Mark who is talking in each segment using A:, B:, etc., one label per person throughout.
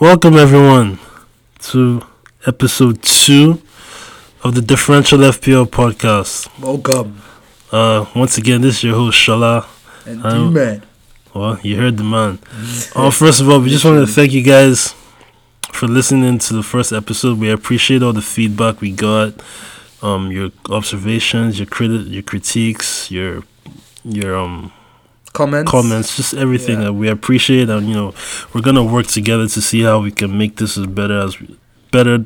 A: Welcome, everyone, to episode two of the Differential FPL podcast.
B: Welcome.
A: Uh, once again, this is your host, Shala.
B: And
A: I don't-
B: D-Man.
A: Well, you heard the man. Uh, first of all, we just want to thank you guys for listening to the first episode. We appreciate all the feedback we got, um, your observations, your credit, your critiques, your your um
B: Comments.
A: comments, just everything
B: Yeah.
A: that we appreciate, and you know, we're gonna work together to see how we can make this as better as better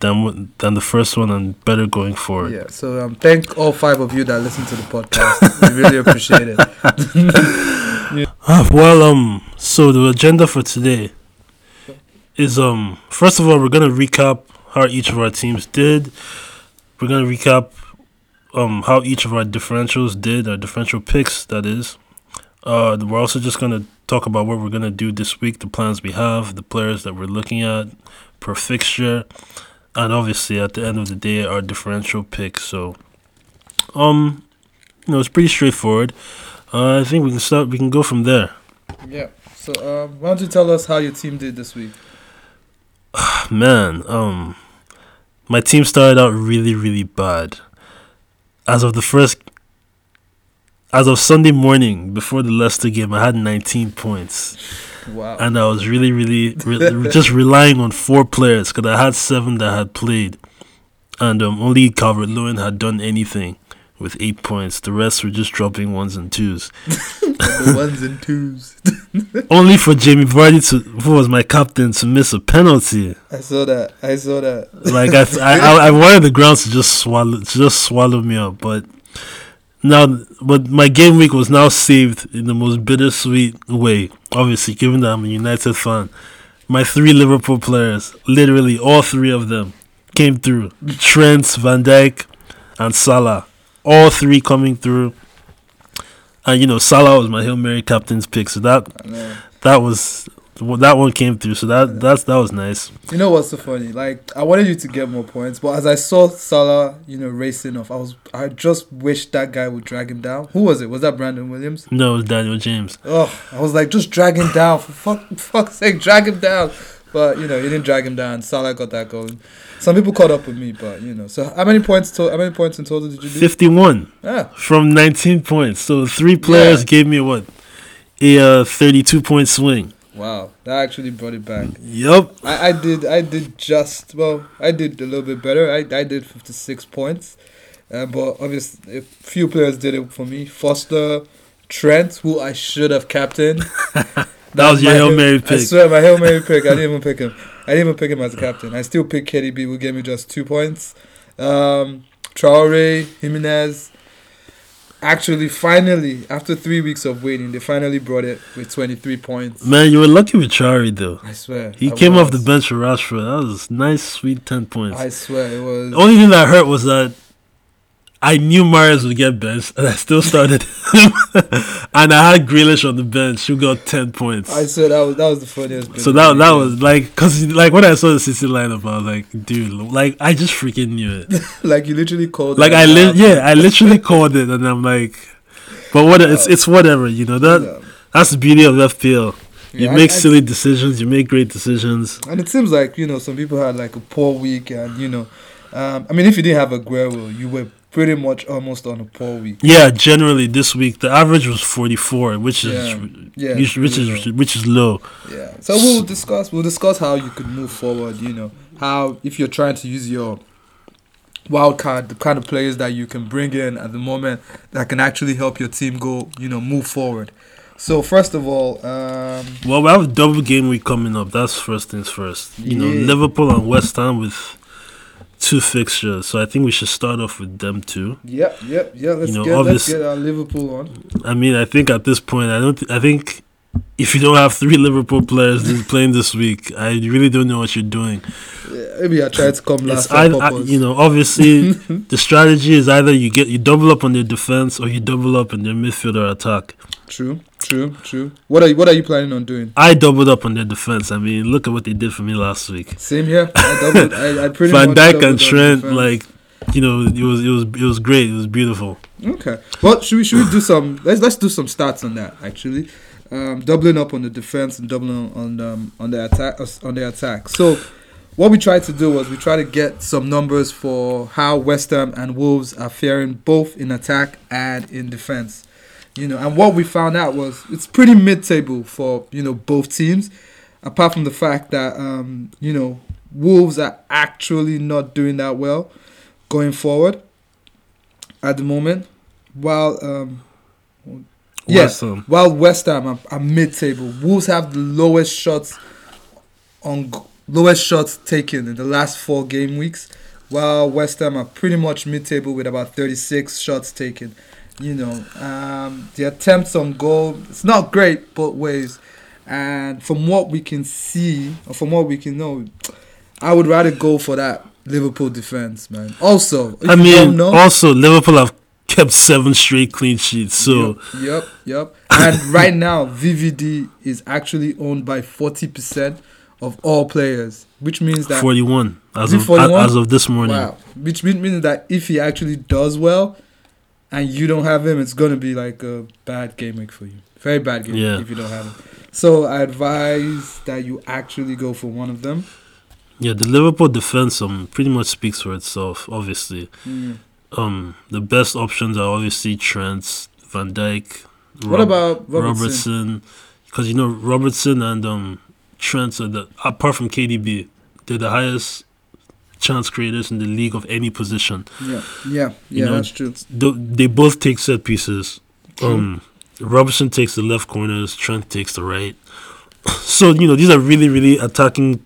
A: than what- than the first one and better going forward.
B: Yeah, so um, thank all five of you that listen to the podcast. we really appreciate it.
A: Ah, well, um, so the agenda for today is um, first of all, we're gonna recap how each of our teams did. We're gonna recap um how each of our differentials did, our differential picks, that is. Uh, we're also just gonna talk about what we're gonna do this week, the plans we have, the players that we're looking at per fixture, and obviously at the end of the day, our differential picks. So, um, you know, it's pretty straightforward. Uh, I think we can start. We can go from there.
B: Yeah. So um, why don't you tell us how your team did this week?
A: man, um, my team started out really, really bad. As of the first, as of Sunday morning before the Leicester game, I had 19 points,
B: Wow.
A: and I was really, really re- just relying on four players because I had seven that had played, and um, only Calvert Lewin had done anything with eight points. The rest were just dropping ones and twos.
B: the ones and twos.
A: only for Jamie Vardy to, who was my captain, to miss a penalty.
B: I saw that. I saw that.
A: Like I, I, I- I wanted the grounds to just swallow, to just swallow me up. But now, but my game week was now saved in the most bittersweet way. Obviously, given that I'm a United fan, my three Liverpool players, literally all three of them, came through. Trent, Van Dijk, and Salah, all three coming through. And you know, Salah was my hail mary captain's pick, so that
B: I know.
A: that was that one came through. So that that's that was nice.
B: You know what's so funny? Like I wanted you to get more points, but as I saw Salah, you know, racing off, I was I just wish that guy would drag him down. Who was it? Was that Brandon Williams?
A: No, it was Daniel James.
B: Oh, I was like, just drag him down for fuck, fuck's sake, drag him down. But you know, he didn't drag him down. Salah got that going. Some people caught up with me, but you know. So how many points? To- how many points in total did you Ah, do?
A: 51
B: Yeah,
A: from 19 points. So three players gave me what? A uh, 32 point swing.
B: wow, that actually brought it back.
A: Yep.
B: I, I did I did just well. I did a little bit better. I, I did fifty six points, uh, but obviously a few players did it for me. Foster, Trent, who I should have captained.
A: That was your
B: my
A: Hail Mary
B: I
A: pick.
B: swear, my Hail Mary pick. I didn't even pick him. I didn't even pick him as a captain. I still picked KDB, who gave me just two points. Um, Traore, Jimenez. Actually, finally, after three weeks of waiting, they finally brought it with 23 points.
A: Man, you were lucky with Chari, though.
B: I swear.
A: Mm. He
B: I
A: came off the
B: was.
A: bench for Rashford. That was nice, sweet 10 points.
B: I swear, it was.
A: the only thing that hurt was that I knew Marius would get benched, and I still started him. and I had Grealish on the bench, who got 10 points.
B: I swear, that was, that was the funniest bit
A: So
B: of
A: that
B: the
A: that
B: weekend.
A: was like, cause like when I saw the City lineup, I was like, dude, like I just freaking knew it.
B: Like, you literally called.
A: Like
B: that
A: I li-
B: out.
A: yeah, I literally called it, and I'm like, but what it's it's whatever, you know that
B: Yeah.
A: that's the beauty of FPL. You
B: Yeah, I-
A: make
B: I-
A: silly decisions, you make great decisions.
B: And it seems like, you know, some people had like a poor week and, you know, um, I mean, if you didn't have Aguero, you were pretty much almost on a poor week.
A: Yeah, generally this week the average was 44, which is
B: Yeah, yeah,
A: which, which is
B: really
A: which is low.
B: Yeah. So we'll discuss, we'll discuss how you could move forward, you know, how, if you're trying to use your wild card, the kind of players that you can bring in at the moment that can actually help your team go, you know, move forward. So, first of all, um,
A: Well, we have a double game week coming up. That's first things first. You know,
B: Yeah.
A: Liverpool and West Ham with two fixtures. So I think we should start off with them too.
B: yep, yep, yeah, let's,
A: You know,
B: get, let's
A: obvious-
B: get our uh, Liverpool on.
A: I mean, I think at this point, I don't. Th- I think if you don't have three Liverpool players this- playing this week, I really don't know what you're doing.
B: Yeah, maybe I tried to come last
A: It's
B: on
A: either, I-
B: purpose.
A: you know, obviously, the strategy is either you get you double up on their defense or you double up on their midfield or attack.
B: True, true, true. What are you, what are you planning on doing?
A: I doubled up on their defense. I mean, look at what they did for me last week.
B: Same here. I doubled. I, I pretty
A: Van
B: much
A: Dijk
B: doubled on
A: and Trent,
B: defense.
A: like, you know, it was it was it was great. It was beautiful.
B: okay. Well, should we should we do some? Let's let's do some stats on that actually. um, doubling up on the defense and doubling on um, on the attack on the attack. So what we tried to do was we tried to get some numbers for how West Ham and Wolves are faring both in attack and in defense. You know, and what we found out was it's pretty mid-table for you know both teams, apart from the fact that um, you know Wolves are actually not doing that well going forward at the moment, while um, yes,
A: West Ham.
B: while West Ham are, are mid-table. Wolves have the lowest shots on g- lowest shots taken in the last four game weeks, while West Ham are pretty much mid-table with about 36 shots taken. You know, um, the attempts on goal it's not great both ways, and from what we can see, or from what we can know, I would rather go for that Liverpool defense, man. Also, if
A: I
B: you don't
A: mean,
B: know,
A: also Liverpool have kept seven straight clean sheets. So
B: Yep, yep. And right now, VVD is actually owned by 40% of all players, which means that
A: 41 as
B: Is it
A: of
B: 41?
A: as of this morning.
B: wow, which mean- means that if he actually does well and you don't have him, it's gonna be like a bad game week for you. Very bad game
A: Yeah.
B: week if you don't have him. So I advise that you actually go for one of them.
A: Yeah, the Liverpool defense um pretty much speaks for itself. Obviously,
B: Mm.
A: um the best options are obviously Trent, Van Dijk,
B: what
A: Rob-
B: about Robertson?
A: Robertson? Because you know Robertson and um Trent are the apart from KDB, they're the highest chance creators in the league of any position.
B: Yeah, yeah,
A: You
B: yeah.
A: know,
B: that's true.
A: Th- They both take set pieces.
B: True.
A: Um, Robertson takes the left corners. Trent takes the right. So you know these are really really attacking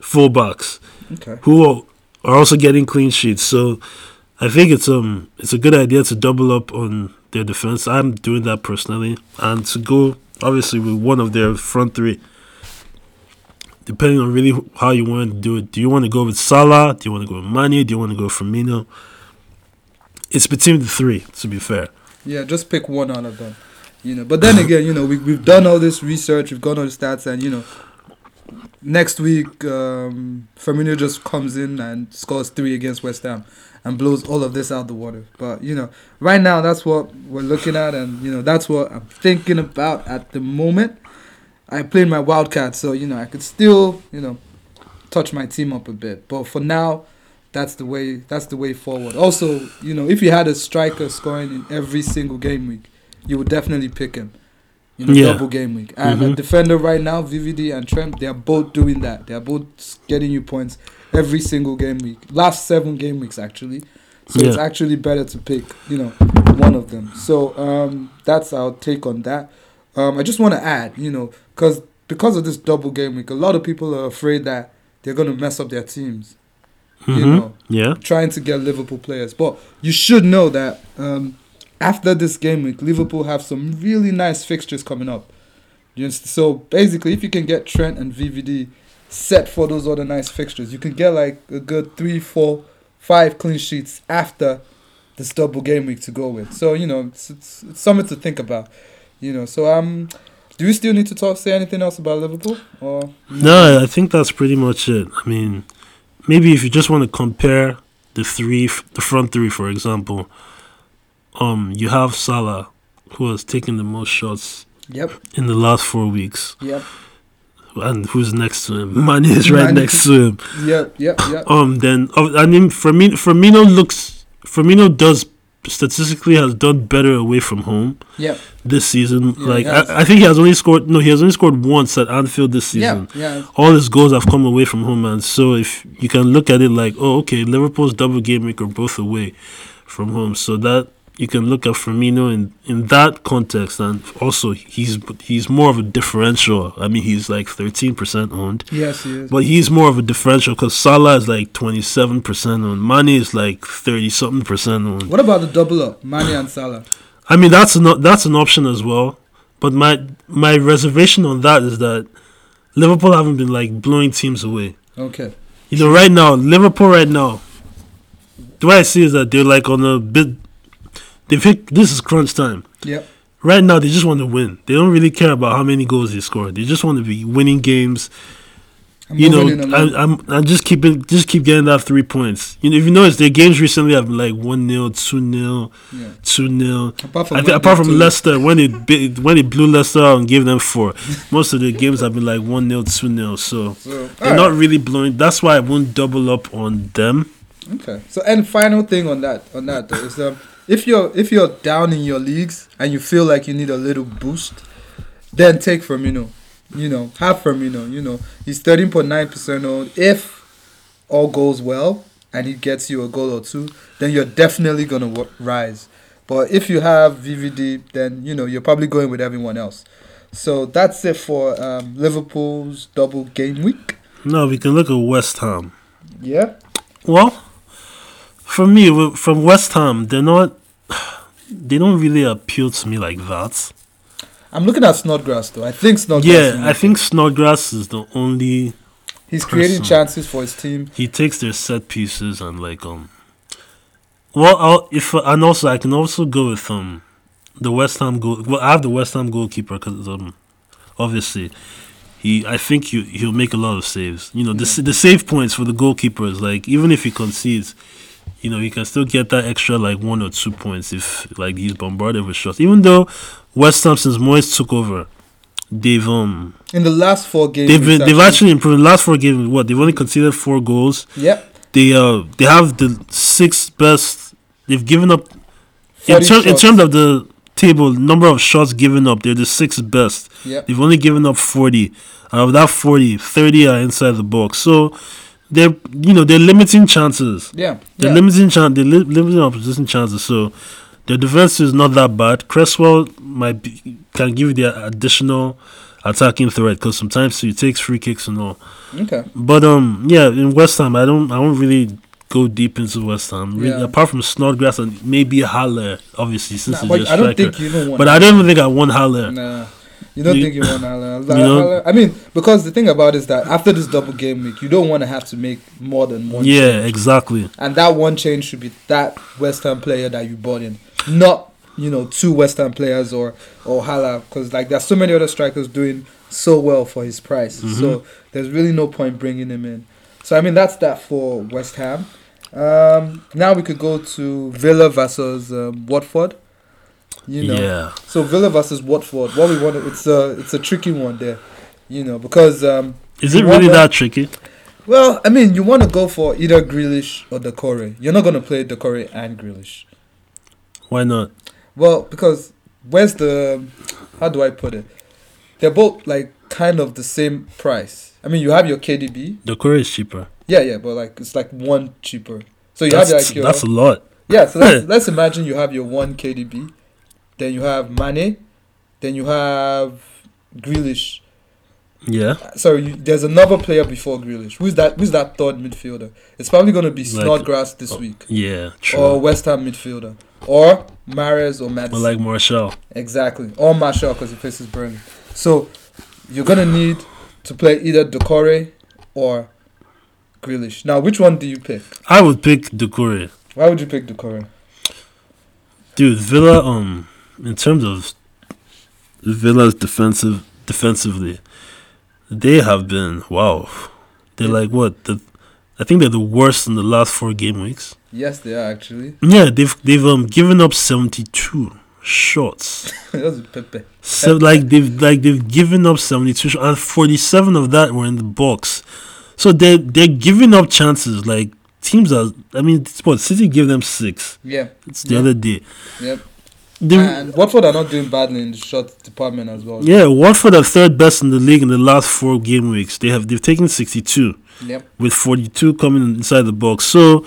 A: fullbacks
B: okay.
A: who are, are also getting clean sheets. So I think it's um it's a good idea to double up on their defense. I'm doing that personally, and to go obviously with one of their front three. Depending on really how you want to do it, do you want to go with Salah? Do you want to go with Mane? Do you want to go with Firmino? It's between the three, to be fair.
B: Yeah, just pick one out of them. You know, but then again, you know, we, we've done all this research, we've gone all the stats, and you know, next week, um, Firmino just comes in and scores three against West Ham and blows all of this out the water. But you know, right now, that's what we're looking at, and you know, that's what I'm thinking about at the moment. I played my wildcat, so you know, I could still, you know, touch my team up a bit, but for now, that's the way that's the way forward. Also, you know, if you had a striker scoring in every single game week, you would definitely pick him. You know,
A: Yeah.
B: double game week. And a
A: Mhm.
B: defender right now, VVD and Trent, they are both doing that. They are both getting you points every single game week. Last seven game weeks actually. So it's
A: Yeah.
B: actually better to pick, you know, one of them. So um, that's our take on that. Um, I just want to add, you know, because because of this double game week, a lot of people are afraid that they're going to mess up their teams
A: hmm
B: You know.
A: Yeah.
B: trying to get Liverpool players. But you should know that um, after this game week, Liverpool have some really nice fixtures coming up. You understand? So basically, if you can get Trent and VVD set for those other nice fixtures, you can get like a good three, four, five clean sheets after this double game week to go with. So you know, it's, it's, it's something to think about. You know, so um, do you still need to talk, say anything else about Liverpool or?
A: No, I think that's pretty much it. I mean, maybe if you just want to compare the three, f- the front three, for example, um, you have Salah, who has taken the most shots
B: Yep,
A: in the last four weeks,
B: yep,
A: and who's next to him? Mane is right
B: Mane.
A: next to him.
B: yep, yep, yep.
A: Um, then oh, I mean, Firmino, Firmino looks, Firmino does statistically has done better away from home
B: Yep.
A: this season.
B: Yeah,
A: like
B: he has.
A: I, I think he has only scored no, he has only scored once at Anfield this season.
B: Yeah, yeah,
A: all his goals have come away from home, and so if you can look at it like, oh, okay, Liverpool's double game week are both away from home, so that you can look at Firmino in in that context, and also he's he's more of a differential. I mean, he's like thirteen percent owned,
B: yes, he is.
A: but he's more of a differential because Salah is like twenty seven percent owned, Mane is like thirty something percent owned.
B: What about the double up, Mane and Salah?
A: I mean, that's an that's an option as well, but my my reservation on that is that Liverpool haven't been like blowing teams away.
B: Okay.
A: You know, right now, Liverpool right now, the way I see is that they're like on a bit. They think this is crunch time.
B: Yep.
A: Right now, they just want to win. They don't really care about how many goals they score. They just want to be winning games, you know,
B: moving in a
A: I, I'm I just keep it, just keep getting that three points. You know, if you notice, their games recently have been like one 0 two 0
B: yeah.
A: two 0
B: Apart
A: I
B: when
A: think apart
B: they
A: from
B: do-
A: Leicester, when they bi- when they blew Leicester out and gave them four, most of the games have been like one 0 two 0 So
B: So,
A: they're
B: alright.
A: not really blowing. That's why I won't double up on them.
B: Okay. So and final thing on that on that though is um if you're if you're down in your leagues and you feel like you need a little boost, then take Firmino. You know, have Firmino. You know, he's thirteen point nine percent owned. If all goes well and he gets you a goal or two, then you're definitely gonna w- rise. But if you have VVD, then you know you're probably going with everyone else. So that's it for um, Liverpool's double game week.
A: No, we can look at West Ham.
B: Yeah.
A: Well, for me, w- from West Ham, they're not. They don't really appeal to me like that.
B: I'm looking at Snodgrass though. I think Snodgrass. will
A: Yeah,
B: make
A: I
B: it.
A: think Snodgrass is the only
B: He's creating
A: Person.
B: chances for his team.
A: he takes their set pieces and like um. Well, I'll, if and also I can also go with um, the West Ham goal. Well, I have the West Ham goalkeeper because um, obviously, he I think you he'll make a lot of saves. You know, the s the save points for the goalkeeper is like even if he concedes, you know he can still get that extra like one or two points if like he's bombarded with shots. Even though West Ham since Moyes took over, they've um
B: In the last four games,
A: they've been,
B: it's
A: they've actually improved. The last four games, what they've only conceded four goals
B: yep,
A: they uh they have the sixth best. They've given up in,
B: 40
A: ter- in
B: shots.
A: terms of the table number of shots given up. They're the sixth best.
B: yep.
A: They've only given up forty. Out of that 40, 30 are inside the box. So they're you know they're limiting chances.
B: yeah,
A: They're
B: yeah.
A: limiting chance. They're li- limiting opposition chances. So their defense is not that bad. Cresswell might be, can give you the additional attacking threat because sometimes he takes free kicks and all.
B: okay.
A: But um, yeah, in West Ham, I don't, I don't really go deep into West Ham. Really,
B: Yeah.
A: apart from Snodgrass and maybe Haller, obviously, since
B: Nah,
A: he's
B: but
A: a
B: I
A: striker.
B: don't think you even want.
A: but I don't even think I want Haller.
B: nah, you don't
A: You-
B: think you want Alan.
A: know?
B: I mean, because the thing about it is that after this double game week, you don't want to have to make more than one.
A: yeah, exactly.
B: And that one change should be that West Ham player that you bought in, not you know two West Ham players or or Hala, because like there's so many other strikers doing so well for his price. So there's really no point bringing him in. So I mean that's that for West Ham. Um, now we could go to Villa versus um, Watford. You know,
A: yeah,
B: so Villa versus Watford. What we want it's a it's a tricky one there. You know because um,
A: is
B: you
A: it
B: want
A: really
B: them-
A: that tricky?
B: well, I mean, you want to go for either Grealish or Decore. You're not going to play Decore and Grealish.
A: Why not?
B: Well, because where's the. How do I put it? They're both, like, kind of the same price. I mean, you have your KDB.
A: The core is cheaper.
B: Yeah, yeah, but, like, it's like one cheaper. So you
A: That's,
B: have, like, your.
A: that's a lot.
B: yeah, so let's, let's imagine you have your one KDB. Then you have Mane. Then you have Grealish.
A: Yeah,
B: So you, there's another player before Grealish. Who's that? Who's that third midfielder? It's probably going to be
A: Like- oh.
B: Snodgrass this week,
A: yeah, true.
B: or West Ham midfielder, or Mares or
A: but
B: Madison.
A: like Marshall,
B: exactly, or Marshall because he faces Burnley. So you're going to need to play either Decore or Grealish. Now, which one do you pick?
A: I would pick the core.
B: Why would you pick Decore?
A: Dude, Villa. Um, in terms of Villa's defensive defensively, they have been wow. They're like what the, I think they're the worst in the last four game weeks.
B: Yes, they are actually.
A: Yeah, they've they've um given up seventy two shots.
B: That's Pepe.
A: So like they've like they've given up seventy two shots, and forty seven of that were in the box. So they they're giving up chances. Like teams are. I mean, what City gave them six.
B: Yeah,
A: It's the
B: Yeah.
A: other day.
B: Yep. Uh,
A: They,
B: And Watford are not doing badly in the shot department as well.
A: Yeah, Watford are third best in the league in the last four game weeks. They have they've taken sixty two
B: Yep.
A: with forty two coming inside the box. So,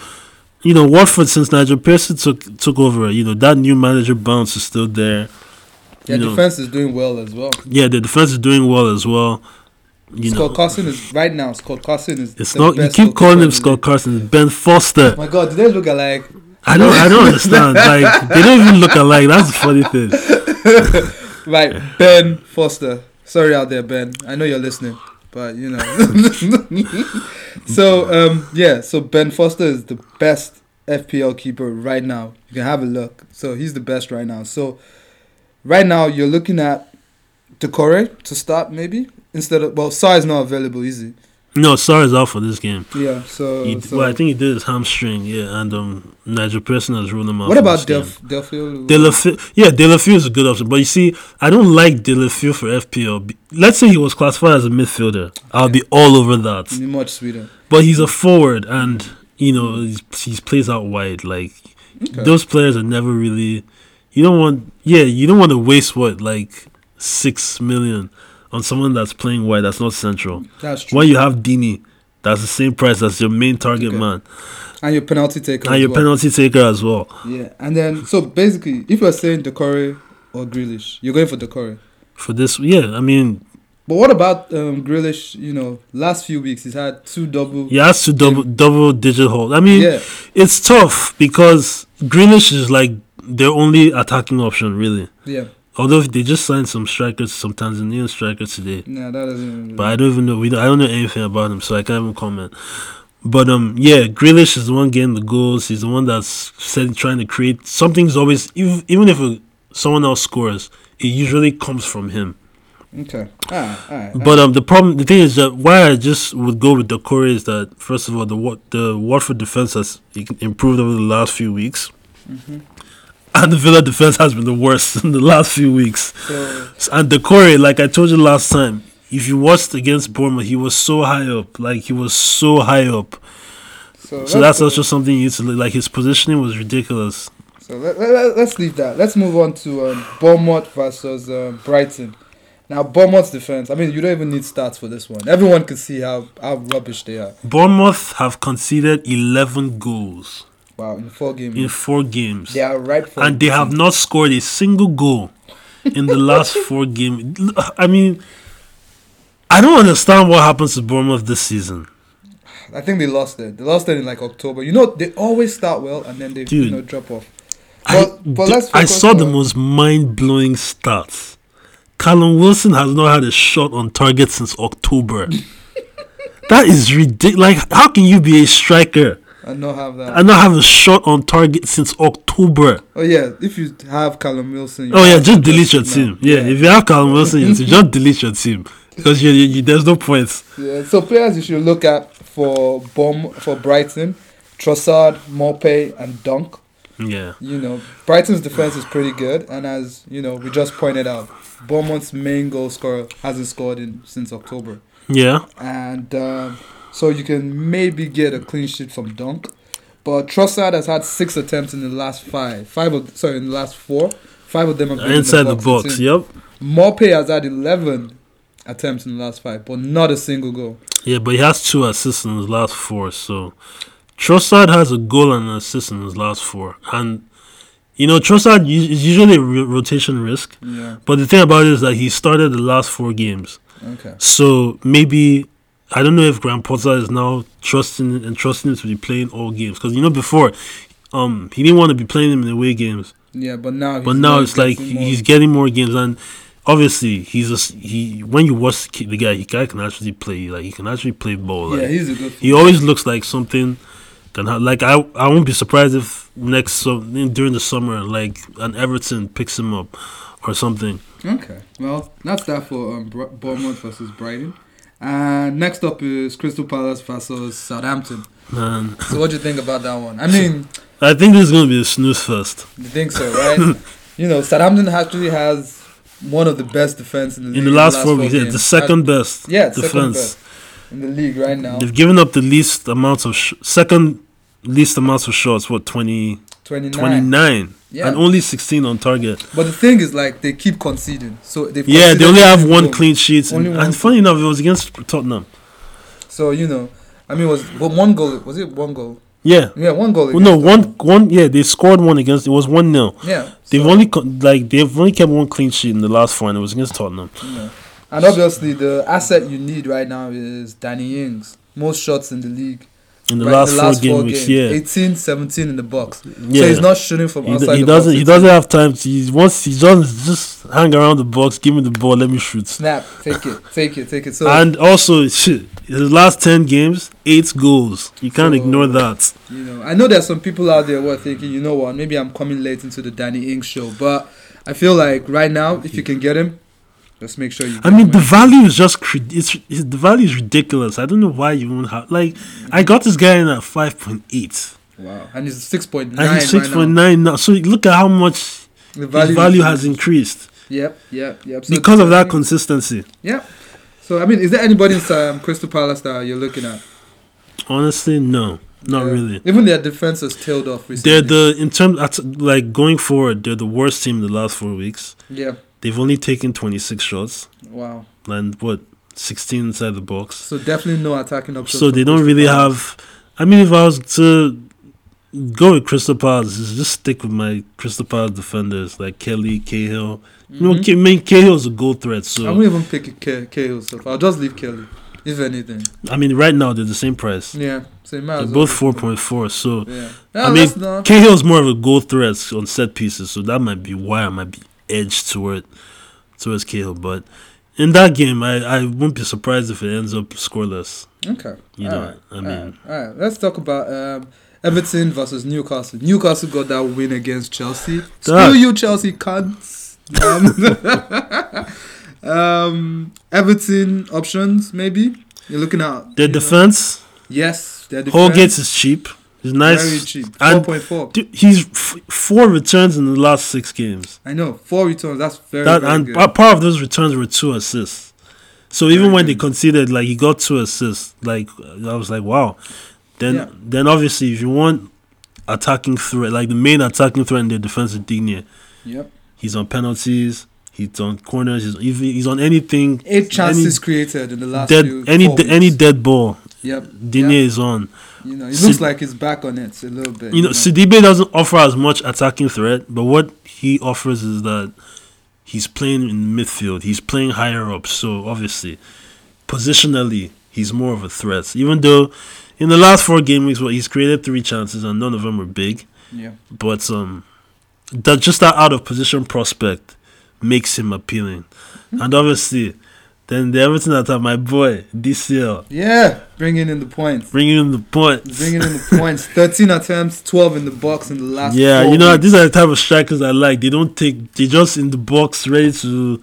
A: you know, Watford since Nigel Pearson took took over, you know, that new manager bounce is still there.
B: Their
A: You know.
B: defense is doing well as well.
A: Yeah, the defense is doing well as well. You
B: Scott
A: know,
B: Carson is right now. Scott Carson is.
A: it's
B: the
A: not you
B: best
A: keep calling him
B: goalkeeper in
A: Scott Carson, Ben Foster.
B: the league. My God, do they look alike?
A: I don't I don't understand. Like they don't even look alike. That's the funny thing.
B: Right, Ben Foster. Sorry out there, Ben. I know you're listening, but you know. so um, yeah, so Ben Foster is the best FPL keeper right now. You can have a look. So he's the best right now. So right now you're looking at Decore to start maybe instead of well, Sar is not available, is he?
A: No, Sar is out for this game.
B: Yeah, so,
A: He,
B: so-
A: well, I think he did his hamstring, yeah, and um, Nigel Pearson has ruled him out.
B: what
A: for
B: about
A: this game.
B: Delf Delphil?
A: De La Fe- yeah, De La Fieu is a good option, but you see, I don't like De La Fieu for FPL. B- Let's say he was classified as a midfielder, I'll be all over that.
B: much sweeter.
A: But he's a forward, and you know he's, he's plays out wide. Like
B: Okay.
A: those players are never really. You don't want, yeah, you don't want to waste what like six million on someone that's playing wide that's not central.
B: That's true.
A: When you have Dini, that's the same price as your main target
B: Okay.
A: man
B: and your penalty taker.
A: and
B: as
A: your
B: well.
A: penalty taker as well.
B: Yeah, and then so basically, if you're saying Decore or Grealish, you're going for Decore.
A: For this, yeah, I mean,
B: But what about um, Grealish? You know, last few weeks he's had two double.
A: he has to double double digit hold. I mean,
B: Yeah,
A: it's tough because Greenish is like their only attacking option, really.
B: yeah.
A: Although they just signed some strikers, some Tanzanian strikers today,
B: Nah, that doesn't.
A: but I don't even know. We don't, I don't know anything about him, so I can't even comment. But um, yeah, Grealish is the one getting the goals. He's the one that's set, trying to create. Something's always even even if uh someone else scores, it usually comes from him.
B: okay. Ah, all right.
A: But um, the problem, the thing is that why I just would go with Decore is that first of all, the Wa- the Watford defense has improved over the last few weeks, and the Villa defense has been the worst in the last few weeks.
B: so
A: And Decore, like I told you last time, if you watched against Bournemouth, he was so high up, like he was so high up.
B: so,
A: So that's also something you need to look- like. His positioning was ridiculous.
B: So let, let, us leave that. Let's move on to um, Bournemouth versus um, Brighton. Now Bournemouth's defense. I mean, you don't even need stats for this one. Everyone can see how, how rubbish they are.
A: Bournemouth have conceded 11 goals
B: Wow, in four games,
A: in four games.
B: they are right for.
A: and they have not scored a single goal in the last four games. I mean, I don't understand what happens to Bournemouth this season,
B: I think they lost it. They lost it in like October. You know, they always start well and then they
A: Dude.
B: you know drop off.
A: I,
B: But, but let's
A: I
B: focus
A: saw the
B: on-
A: most mind-blowing stats. Callum Wilson has not had a shot on target since October. that is ridiculous. Like, how can you be a striker
B: and not have that.
A: and not have a shot on target since October?
B: oh yeah, if you have Callum Wilson. you
A: Oh yeah,
B: have
A: just
B: to
A: delete your
B: now.
A: team. Yeah, if you have Callum Wilson, in your team, just delete your team because you, you, you, there's no points.
B: Yeah, so players you should look at for Bom for Brighton, Trossard, Morpay, and Dunk.
A: Yeah.
B: You know, Brighton's defense is pretty good, and as you know, we just pointed out, Bournemouth's main goal scorer hasn't scored in since October,
A: Yeah.
B: and um, so you can maybe get a clean sheet from Dunk. But Trossard has had six attempts in the last five, five of sorry in the last four, five of them have been
A: Inside
B: in
A: the box. Yep.
B: Morpay has had eleven attempts in the last five, but not a single goal.
A: Yeah, but he has two assists in his last four. So Trossard has a goal and an assist in his last four. And you know Trossard u- is usually a ro- rotation risk.
B: Yeah.
A: But the thing about it is that he started the last four games.
B: Okay.
A: So maybe I don't know if Grand Potter is now trusting and trusting him to be playing all games because you know before. Um, he didn't want to be playing him in away games,
B: Yeah, but now.
A: but
B: he's-
A: now
B: he's
A: it's like
B: getting more-
A: he's getting more games, and obviously he's just he. When you watch the kid- the guy, he guy can actually play. Like he can actually play ball. Like,
B: Yeah, he's a good.
A: he always looks like something can ha- like I I won't be surprised if next sum- during the summer like an Everton picks him up or something.
B: Okay. Well, that's that for um, Br- Bournemouth versus Brighton. And next up is Crystal Palace versus Southampton.
A: Man,
B: So, what do you think about that one? I mean,
A: I think this is gonna be a snooze fest
B: you think so, right? you know, Southampton actually has one of the best defense in the league
A: in the last four weeks. Yeah, the
B: games.
A: second best
B: Uh, yeah,
A: defense.
B: second best in the league right now.
A: They've given up the least amount of sh- second least amount of shots. What 20,
B: 29.
A: 29
B: Yeah.
A: and only sixteen on target.
B: But the thing is, like, they keep conceding. So they
A: Yeah, they only have one clean sheet.
B: Only
A: And,
B: one.
A: and funny enough, it was against Tottenham.
B: So you know, I mean, it was but one goal? Was it one goal?
A: Yeah.
B: Yeah, one goal.
A: Well, Oh, no,
B: against
A: one, one, yeah, they scored one against. It was one 0
B: them. Yeah.
A: They've
B: so-
A: only co- like they've only kept one clean sheet in the last four, and it was against Tottenham.
B: Yeah. And obviously, the asset you need right now is Danny Ings. Most shots in the league.
A: In the,
B: right,
A: last, four game weeks, yeah,
B: 18, 17 in the box.
A: yeah.
B: So he's not shooting from
A: he,
B: outside
A: do- he
B: the
A: doesn't.
B: box.
A: He doesn't have time. To, he wants. He just just hang around the box. Give me the ball. Let me shoot.
B: Snap. Take it. Take it. Take it. So,
A: And also, shit, his last ten games, eight goals. You can't
B: So-
A: ignore that.
B: you know, I know there's some people out there who are thinking, you know what, maybe I'm coming late into the Danny Ings show. But I feel like right now, if you can get him, Just make sure you.
A: I
B: get
A: mean,
B: my-
A: the value is just cri- it's, it's- the value is ridiculous. I don't know why you won't have like. I got this guy in at five point eight,
B: wow, and it's six point
A: and
B: nine.
A: he's six point nine now. So look at how much
B: The
A: value,
B: value,
A: his value has increased
B: Yep, yep, yep.
A: because of that
B: Con-
A: consistency.
B: yep. So I mean, is there anybody in um, Crystal Palace that you're looking at?
A: Honestly, no, not
B: Yeah.
A: really.
B: Even their defense has tailed off recently.
A: They're the in terms at like going forward, they're the worst team the last four weeks.
B: yeah.
A: They've only taken twenty six shots
B: Wow.
A: and what sixteen inside the box.
B: So definitely no attacking options.
A: so
B: from
A: they don't
B: Crystal
A: really
B: Palace.
A: have. I mean, if I was to go with Crystal Palace, is just stick with my Crystal Palace defenders like Kelly Cahill. You know,
B: Mhm.
A: K- I mean, Cahill's a goal threat.
B: I
A: So
B: won't even pick K- KO so far. I'll just leave Kelly, if anything.
A: I mean, right now they're the same price.
B: Yeah. So you might
A: They're
B: as well.
A: both four point four. So
B: Yeah.
A: I
B: No,
A: mean,
B: that's not.
A: Cahill's more of a goal threat on set pieces. So that might be why I might be edged toward towards Cahill. But in that game, I I wouldn't be surprised if it ends up scoreless.
B: Okay.
A: You
B: All
A: know,
B: right.
A: I mean.
B: all right. All right. Let's talk about um, Everton versus Newcastle. Newcastle got that win against Chelsea. Screw you, Chelsea cunts. Um, um, Everton options maybe you're looking at
A: Their
B: you know.
A: defense,
B: Yes, their defense.
A: Holgate is cheap. He's nice.
B: Very cheap. Four
A: And-
B: point four.
A: Dude, he's f- four returns in the last six games.
B: I know four returns. That's very,
A: that
B: very
A: and
B: good.
A: pa- part of those returns were two assists. So even
B: Very
A: when they
B: good.
A: conceded, like he got two assists. Like I was like, wow. Then
B: Yeah.
A: then obviously if you want attacking threat, like the main attacking threat in their defense is Digne.
B: Yep.
A: He's on penalties. He's on corners. He's even, he's on anything.
B: Eight chances created in the last
A: Dead
B: few.
A: any
B: four
A: de- any
B: weeks.
A: dead ball,
B: Yep.
A: Digne
B: Yeah.
A: is on.
B: You know, it
A: Sid-
B: looks like he's back on it a little bit.
A: You know, Sidibe doesn't offer as much attacking threat, but what he offers is that he's playing in midfield. He's playing higher up, so obviously, positionally, he's more of a threat. Even though in the last four game weeks, well, he's created three chances and none of them were big,
B: Yeah.
A: but um, that just that out of position prospect makes him appealing, and obviously, then the Everton attack, my boy DCL,
B: Yeah. Bringing in the points.
A: bringing in the points.
B: Bringing in the points. 13 attempts, 12 in the box in the last
A: yeah,
B: four
A: you know
B: weeks.
A: these are the type of strikers I like. They don't take. They just in the box, ready to.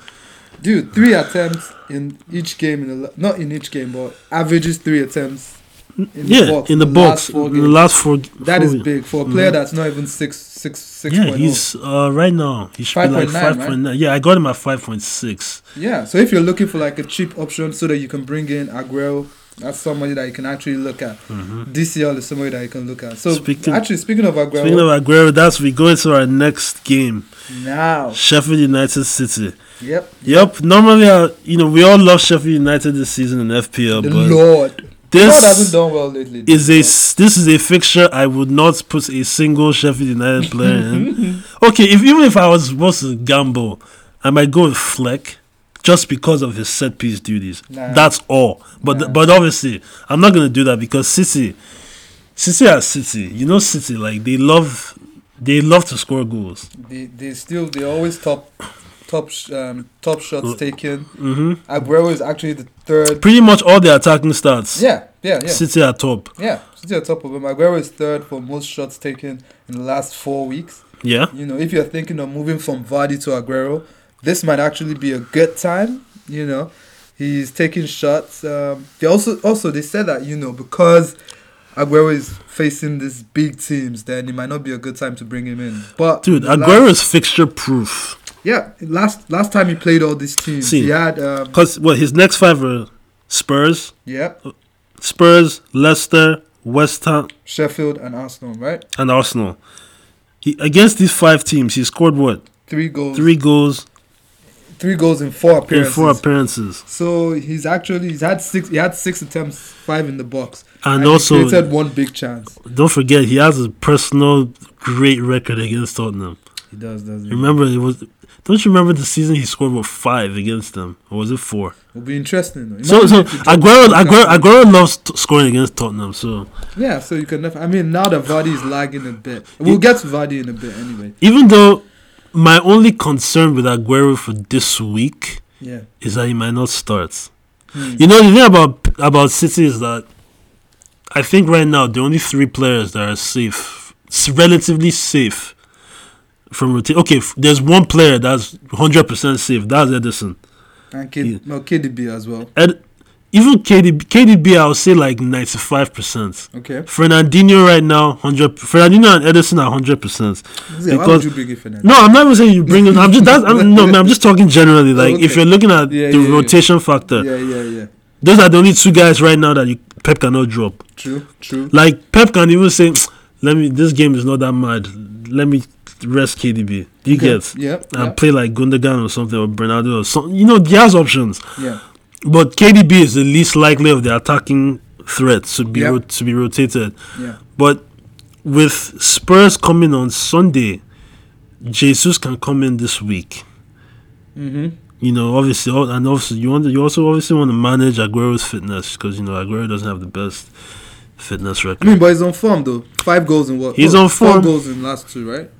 B: Dude, three attempts in each game. in the la- Not in each game, but averages three attempts in
A: yeah, in the
B: last
A: box.
B: four
A: in the
B: games.
A: last four.
B: that
A: four
B: is
A: games.
B: big. For a player that's not even six, six, six
A: yeah,
B: point oh.
A: he's uh, right now. He should be like
B: 5.9, right?
A: five point nine. Yeah, I got him at five point six.
B: Yeah, so if you're looking for like a cheap option so that you can bring in Aguero, that's somebody that you can actually look at. DCL is somebody that you can look at. So
A: Mm-hmm. Speaking-
B: actually, speaking of Aguero,
A: Speaking of Aguero, that's we go into our next game,
B: now,
A: Sheffield United City.
B: yep,
A: Yep. Normally, uh, you know, we all love Sheffield United this season in FPL,
B: the
A: but
B: Lord. The Lord hasn't
A: this
B: done well lately.
A: is a s- this is a fixture I would not put a single Sheffield United player in. okay, if even if I was supposed to gamble, I might go with Fleck just because of his set piece duties.
B: Nah.
A: That's all. But
B: Nah.
A: but obviously, I'm not gonna do that because City, City are City. You know, City like they love they love to score goals.
B: they, they still they always top top sh- um, top shots taken.
A: hmm
B: Aguero is actually the third.
A: Pretty much all their attacking stats.
B: Yeah, yeah, yeah.
A: City are top.
B: yeah, City are top of him. Aguero is third for most shots taken in the last four weeks.
A: Yeah.
B: You know, if you're thinking of moving from Vardy to Aguero, this might actually be a good time. You know, he's taking shots. Um, they also also they said that you know because Aguero is facing these big teams, then it might not be a good time to bring him in. But
A: Dude,
B: the last-
A: Aguero is fixture proof.
B: yeah, last last time he played all these teams,
A: See.
B: he had um,
A: Cause well, his next five are Spurs,
B: yeah
A: Spurs, Leicester, West Ham,
B: Sheffield and Arsenal, right?
A: and Arsenal. He, against these five teams, he scored what?
B: Three goals, three,
A: Three goals
B: goals in four
A: in
B: appearances.
A: four appearances.
B: so he's actually he's had six he had six attempts, five in the box,
A: And,
B: he
A: also,
B: created one big chance.
A: don't forget, he has a personal great record against Tottenham.
B: He does, doesn't he?
A: Remember, it was. Don't you remember the season he scored with five against them? Or was it four?
B: It'll be interesting. though.
A: So,
B: Imagine
A: so
B: if you drop
A: Aguero,
B: one
A: Aguero,
B: chance.
A: Aguero loves t- scoring against Tottenham. So,
B: Yeah, so you can never. I mean, now that Vardy is lagging a bit, we'll get to Vardy in a bit anyway.
A: even though my only concern with Aguero for this week
B: Yeah,
A: is that he might not start.
B: Hmm.
A: You know the thing about about City is that I think right now the only three players that are safe, s- relatively safe from rotation. Okay, f- there's one player that's 100 percent safe. That's Edison.
B: And K-
A: Yeah.
B: no, KDB as well.
A: And even KDB, KDB, I would say like ninety five percent.
B: Okay.
A: Fernandinho right now, hundred. Fernandinho and Edison are hundred percent.
B: Yeah, why would
A: Because-
B: you bring in Fernandinho?
A: No, I'm not even saying you bring him. I'm just that's I'm, no, man. I'm just talking generally. Like if
B: okay.
A: you're looking at
B: Yeah,
A: the
B: yeah, yeah.
A: rotation factor,
B: Yeah, yeah, yeah.
A: those are the only two guys right now that you, Pep cannot drop.
B: True, true.
A: Like Pep can even say, "Let me. This game is not that mad. Let me rest KDB. Do you get?"
B: Yeah,
A: And
B: yeah,
A: play like Gundogan or something or Bernardo or something. You know, he has options.
B: yeah.
A: But KDB is the least likely of the attacking threats to be
B: Yeah.
A: ro- to be rotated.
B: yeah.
A: But with Spurs coming on Sunday, Jesus can come in this week.
B: Mm-hmm.
A: You know, obviously, al- and also you want to, you also obviously want to manage Aguero's fitness because you know Aguero doesn't have the best fitness
B: I
A: record.
B: mean, but he's on form though. Five goals in what?
A: He's
B: no,
A: on
B: Four
A: form.
B: goals in last two, right?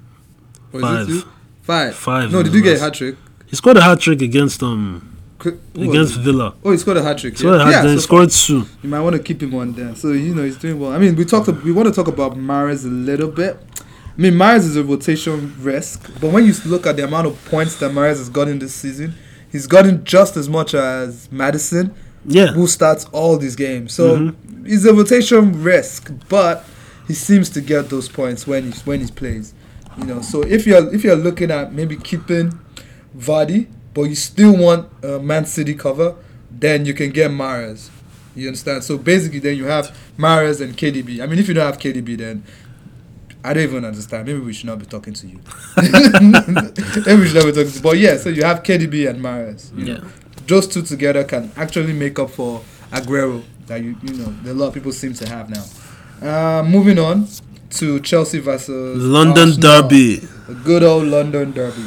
B: Or is
A: Five.
B: it two? Five.
A: Five
B: No,
A: in
B: did
A: the
B: you get a
A: last-
B: hat trick?
A: He scored a hat trick against um against
B: Against.
A: Villa.
B: Oh, he scored a hat trick.
A: So
B: Yeah, yeah
A: he
B: so
A: scored two.
B: You might want to keep him on there. So you know he's doing well. I mean, we talked. We want to talk about Mares a little bit. I mean, Mares is a rotation risk, but when you look at the amount of points that Mares has gotten this season, he's gotten just as much as Madison,
A: Yeah,
B: who starts all these games. So
A: Mhm.
B: he's a rotation risk, but he seems to get those points when he when he plays. You know, so if you're if you're looking at maybe keeping Vardy, but you still want uh, Man City cover, then you can get Mares. You understand? So basically, then you have Mares and KDB. I mean, if you don't have KDB, then I don't even understand. Maybe we should not be talking to you. Maybe we should not be talking to you. But yeah, so you have KDB and Mares. you know.
A: Yeah.
B: Those two together can actually make up for Aguero that you you know that a lot of people seem to have now. Uh, moving on to Chelsea versus
A: London
B: Arsenal.
A: derby.
B: A good old London derby.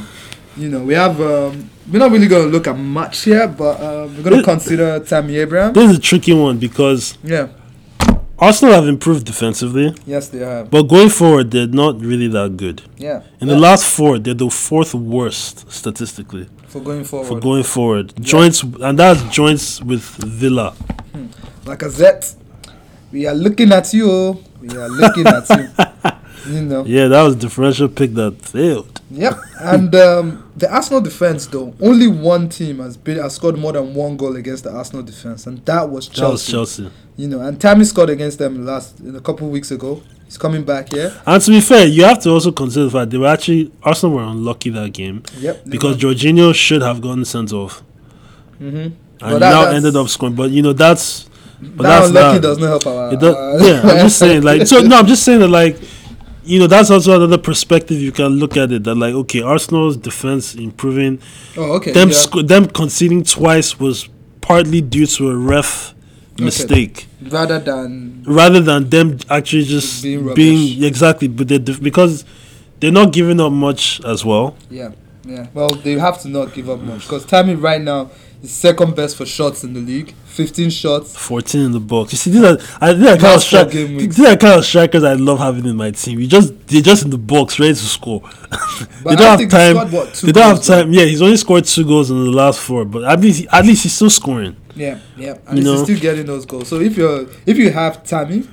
B: You know, we have um, we're not really gonna look at much here, but um, we're gonna
A: Th-
B: consider Tammy Abraham.
A: This is a tricky one because
B: Yeah,
A: Arsenal have improved defensively,
B: yes they have.
A: but going forward they're not really that good.
B: Yeah.
A: In
B: yeah.
A: the last four, they're the fourth worst statistically
B: for going forward.
A: for going forward. Joints and that's joints with Villa.
B: Like a Zet, we are looking at you. We are looking at you. You know.
A: Yeah, that was differential pick that failed.
B: Yep. And um, the Arsenal defense, though, only one team has been has scored more than one goal against the Arsenal defense, and that was Chelsea.
A: That was Chelsea.
B: You know, and Tammy scored against them last in a couple weeks ago. He's coming back here.
A: And to be fair, you have to also consider the fact they were actually Arsenal were unlucky that game
B: Yep.
A: because Jorginho should have gotten sent off
B: hmm
A: and
B: Well, that-
A: now
B: that's-
A: ended up scoring. But you know that's but
B: that
A: that's
B: unlucky
A: not-
B: does not help our.
A: It does,
B: our-
A: yeah, I'm just saying, like, so no, I'm just saying that, like, you know, that's also another perspective you can look at it. That, like, okay, Arsenal's defense improving,
B: oh, okay.
A: them
B: yeah.
A: sco- them conceding twice was partly due to a ref
B: Okay.
A: mistake
B: Rather than
A: rather than them actually just
B: Being
A: being,
B: rubbish.
A: exactly, but they def- because they're not giving up much as well.
B: yeah, yeah. Well, they have to not give up much because Tammy right now is second best for shots in the league. Fifteen shots.
A: 14 in the box. You see, these are I these are kind of
B: That's for
A: stri-
B: game week.
A: these are kind of strikers I love having in my team. You just they're just in the box ready to score.
B: But
A: they
B: I
A: don't have
B: think
A: time.
B: scored, what, two
A: they don't have
B: goals, right?
A: time. Yeah, he's only scored two goals in the last four, but at least at least he's still scoring.
B: Yeah, yeah.
A: You
B: And he's
A: know?
B: still getting those goals. So if you're if you have Tammy,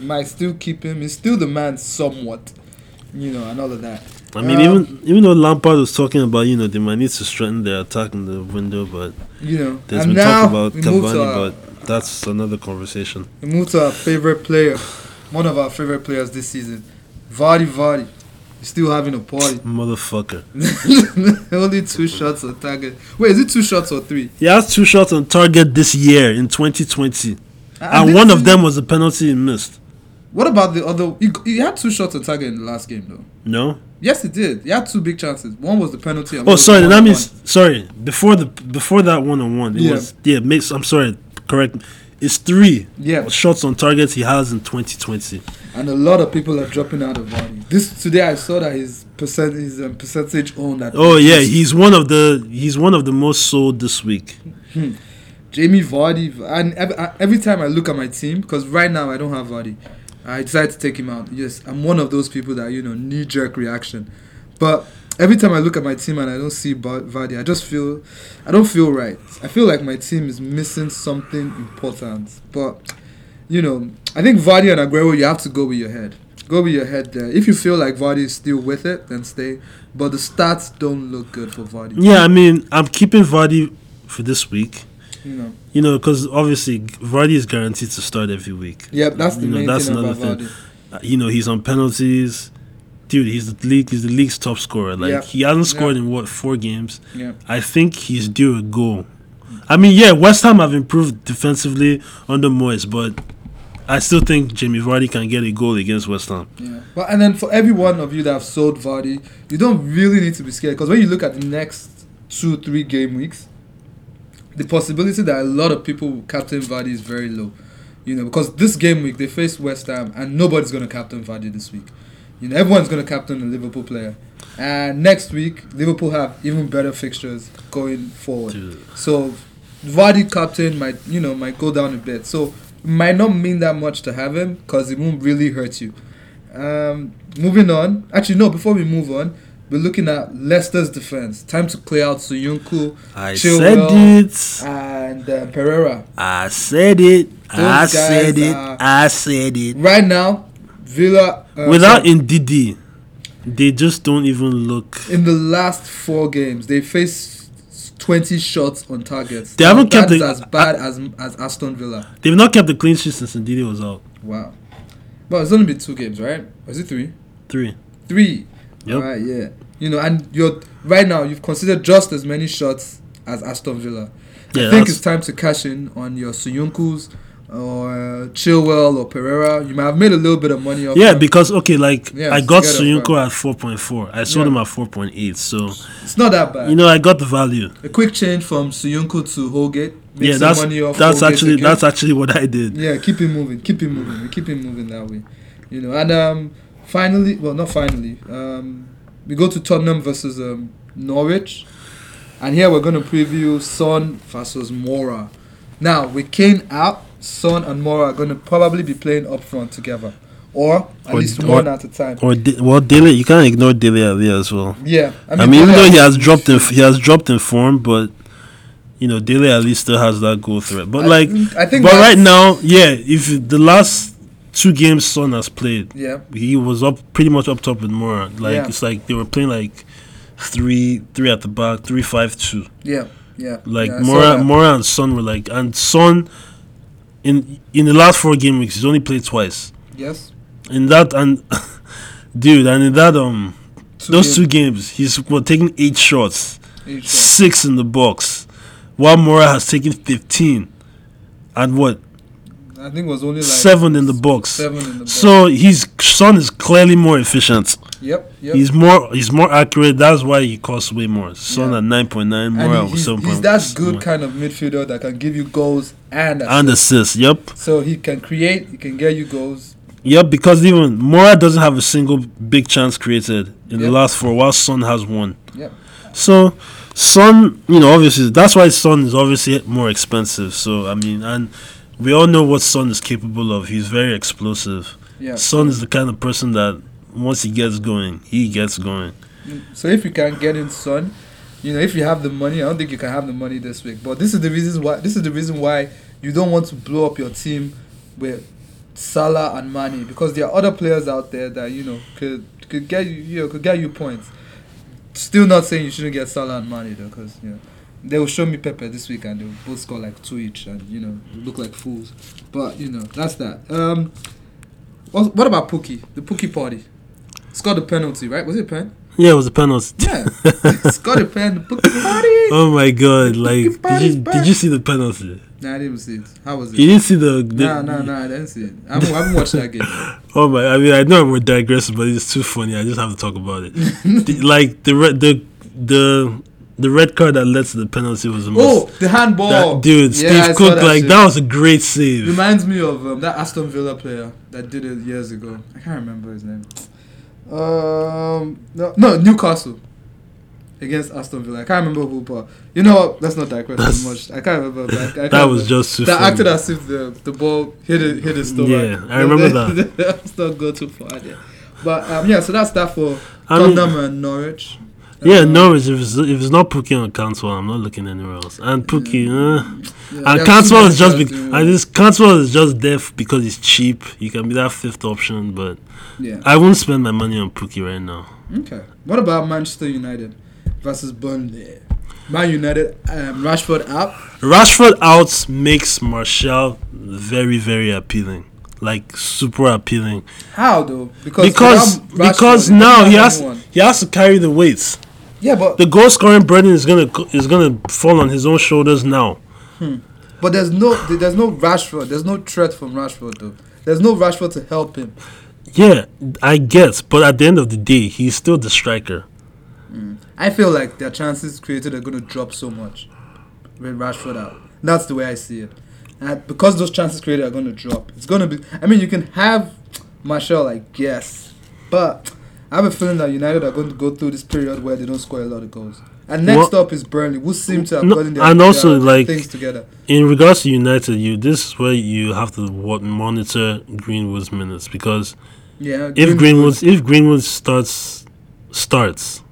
B: you might still keep him. He's still the man somewhat. You know, and all of that.
A: I mean,
B: Um,
A: even even though Lampard was talking about you know they might need to strengthen their attack in the window, but
B: You know,
A: there's
B: and
A: been talk
B: now
A: about
B: we move to
A: Cavani,
B: our,
A: but that's another conversation.
B: we move to our favorite player, one of our favorite players this season, Vardy. Vardy, he's still having a party.
A: Motherfucker,
B: Only two shots on target. Wait, is it two shots or three?
A: he has two shots on target this year in 2020, and
B: this
A: one
B: season-
A: of them was a penalty he missed.
B: What about the other? He, he had two shots on target in the last game though.
A: No,
B: Yes, he did. He had two big chances. One was the penalty. and one
A: Oh,
B: was the
A: sorry. That
B: one-on-one.
A: means sorry. Before the before that one on one, it
B: Yeah.
A: was yeah. Makes I'm sorry. Correct. It's three
B: Yeah.
A: shots on targets he has in 2020.
B: and a lot of people are dropping out of Vardy. This today I saw that his percent his um, percentage owned at
A: Oh yeah, he's one of the he's one of the most sold this week.
B: Jamie Vardy and ev- I- every time I look at my team because right now I don't have Vardy, I decide to take him out. Yes, I'm one of those people that you know knee jerk reaction, but every time I look at my team and I don't see Ba- Vardy, I just feel I don't feel right. I feel like my team is missing something important, but you know, I think Vardy and Aguero, you have to go with your head. Go with your head there. If you feel like Vardy is still with it, then stay. But the stats don't look good for Vardy.
A: Yeah, I mean I'm keeping Vardy for this week.
B: You know.
A: You know, because obviously Vardy is guaranteed to start every week.
B: Yep, that's the
A: You know,
B: main
A: that's
B: thing about
A: another
B: Vardy.
A: Uh, You know, he's on penalties. Dude, he's the league. He's the league's top scorer. Like
B: Yeah.
A: he hasn't scored in what four games.
B: Yeah.
A: I think he's due a goal. I mean, yeah, West Ham have improved defensively under Moyes, but I still think Jamie Vardy can get a goal against West Ham.
B: Yeah. But and then for every one of you that have sold Vardy, you don't really need to be scared because when you look at the next two, three game weeks, the possibility that a lot of people will captain Vardy is very low. You know, because this game week they face West Ham and nobody's gonna captain Vardy this week. You know, everyone's gonna captain a Liverpool player. And next week, Liverpool have even better fixtures going forward.
A: Dude.
B: So Vardy captain might you know might go down a bit. So it might not mean that much to have him because it won't really hurt you. Um, moving on. Actually, no. Before we move on, we're looking at Leicester's defense. Time to clear out Soyuncu
A: I
B: Chilwell.
A: said it.
B: and uh, Pereira.
A: I said it. I
B: Those guys
A: said it.
B: are-
A: I said it.
B: Right now, Villa uh,
A: Without
B: sorry,
A: Ndidi, they just don't even look.
B: in the last four games they faced twenty shots on targets.
A: They haven't kept
B: That's
A: the-
B: as bad as as Aston Villa.
A: They've not kept the clean sheet since Ndidi was out.
B: Wow. But it's only been two games, right? Or is it three?
A: Three.
B: Three.
A: Yep.
B: Right, yeah. You know, and you're right now you've considered just as many shots as Aston Villa.
A: Yeah,
B: I think
A: that's-
B: it's time to cash in on your Suyunkus or Chilwell or Pereira. You might have made a little bit of money off
A: Yeah,
B: them.
A: because okay, like
B: Yeah,
A: I got
B: together,
A: Soyunco at four point four. I sold
B: Yeah.
A: him at four point eight. So
B: it's not that bad.
A: you know, I got the value.
B: a quick change from Suyunku to Holgate. Make
A: yeah,
B: some
A: that's
B: money off
A: that's
B: Holgate
A: actually
B: again.
A: that's actually what I did.
B: yeah keep it moving keep it moving we keep it moving that way you know and um finally well not finally um we go to tottenham versus um norwich and here we're going to preview son versus mora now with kane out son and mora are going to probably be playing up front together or at
A: Or-
B: least
A: or-
B: one at a time
A: Or Di- well, Dele, you can't ignore Dele Ali as well.
B: yeah
A: I mean, even though he
B: yeah,
A: has dropped in he has dropped in form, but you know, Dele Ali still has that goal threat. But
B: I
A: like,
B: think- I think
A: but
B: that's-
A: right now, yeah, if the last two games Son has played,
B: yeah
A: he was up pretty much up top with Mora. Like
B: Yeah.
A: it's like they were playing like three three at the back, three five two.
B: yeah yeah
A: Like
B: yeah, I saw
A: Mora
B: that.
A: Mora and Son were like and Son in in the last four game weeks he's only played twice.
B: yes
A: In that and dude and in that um those
B: games
A: two games he's what, taking eight shots
B: each one.
A: six in the box, while Mora has taken 15 and what
B: i think it was only like
A: seven in the box.
B: seven in the box.
A: So his son is clearly more efficient.
B: yep yep
A: He's more he's more accurate. That's why he costs way more. Son
B: Yeah.
A: at nine point nine, Mora
B: And
A: with
B: he's,
A: seven
B: he's
A: point
B: that good kind of midfielder that can give you goals and assists.
A: and assists. Yep,
B: so he can create, he can get you goals.
A: yep. Because even Mora doesn't have a single big chance created in the
B: Yep.
A: last four, while Son has one.
B: Yep.
A: So Son, you know, obviously that's why Son is obviously more expensive. So I mean, and we all know what Son is capable of. He's very explosive.
B: Yeah.
A: Son is the kind of person that once he gets going, he gets going.
B: So if you can get in Son, you know, if you have the money, I don't think you can have the money this week. But this is the reason why this is the reason why you don't want to blow up your team with Salah and Mane because there are other players out there that you know could could get you, you know, could get you points. Still not saying you shouldn't get Salah and Mane though, because you know they will show me Pepe this week and they will both score like two each and you know look like fools. But you know that's that. Um, what, what about Pookie? The Pookie party scored a penalty, right? Was it a pen?
A: Yeah, it was a penalty.
B: Yeah, Scotty Penn, Pookie Party.
A: Oh my god! Like,
B: Fucking
A: did you,
B: Paris,
A: did you see the penalty?
B: Nah, I didn't see it. How was
A: You
B: it?
A: didn't see the. the
B: Nah, nah, nah, I didn't see it. I haven't, I haven't watched that game.
A: Oh my! I mean, I know we're digressing, but it's too funny. I just have to talk about it. The- like the red, the the the red card that led to the penalty was the most.
B: Oh, the handball.
A: That dude,
B: Yeah, I saw
A: Steve Cook, like
B: shit.
A: that was a great save.
B: Reminds me of um, that Aston Villa player that did it years ago. I can't remember his name. Um, no, no Newcastle against Aston Villa. I can't remember who, but you know what? Let's not digress
A: That's-
B: too much. I can't remember. But I, I can't
A: that was
B: remember.
A: just too
B: that
A: funny.
B: acted as if the, the ball hit it, hit his stomach.
A: Yeah, I remember
B: that. Let's not go too far there. But um, yeah, so that's that for
A: I mean-
B: Tottenham and Norwich.
A: yeah,
B: Um,
A: Norwich. If it's, if it's not Pookie on Cantwell, I'm not looking anywhere else. And Pookie, uh,
B: Mm, yeah, there are
A: and
B: two
A: Cantwell is just
B: managers
A: bec-
B: doing
A: and this Cantwell is just there f- because he's cheap. He can be that fifth option, but
B: well. yeah.
A: I won't spend my money on Pookie right now.
B: Okay. What about Manchester United versus Burnley? Man United, um, Rashford out.
A: Rashford out makes Martial very, very appealing. Like super appealing
B: How though?
A: because
B: without Rashford,
A: because
B: they don't
A: now
B: have
A: he has
B: anyone.
A: he has to carry the weights.
B: Yeah, but
A: The goal scoring burden is gonna co- is gonna fall on his own shoulders now.
B: but there's no there's no Rashford. There's no threat from Rashford though. There's no Rashford to help him.
A: Yeah, I guess, but at the end of the day, he's still the striker.
B: I feel like their chances created are going to drop so much with Rashford out. That's the way I see it. And because those chances created are going to drop, it's going to be. I mean, you can have Marshall, I guess, but I have a feeling that United are going to go through this period where they don't score a lot of goals. And next up is Burnley, who seem to have
A: No,
B: gotten their,
A: and also,
B: their
A: like,
B: things together.
A: In regards to United, you this is where you have to wa- monitor Greenwood's minutes because
B: Yeah,
A: if Greenwood if Greenwood starts starts,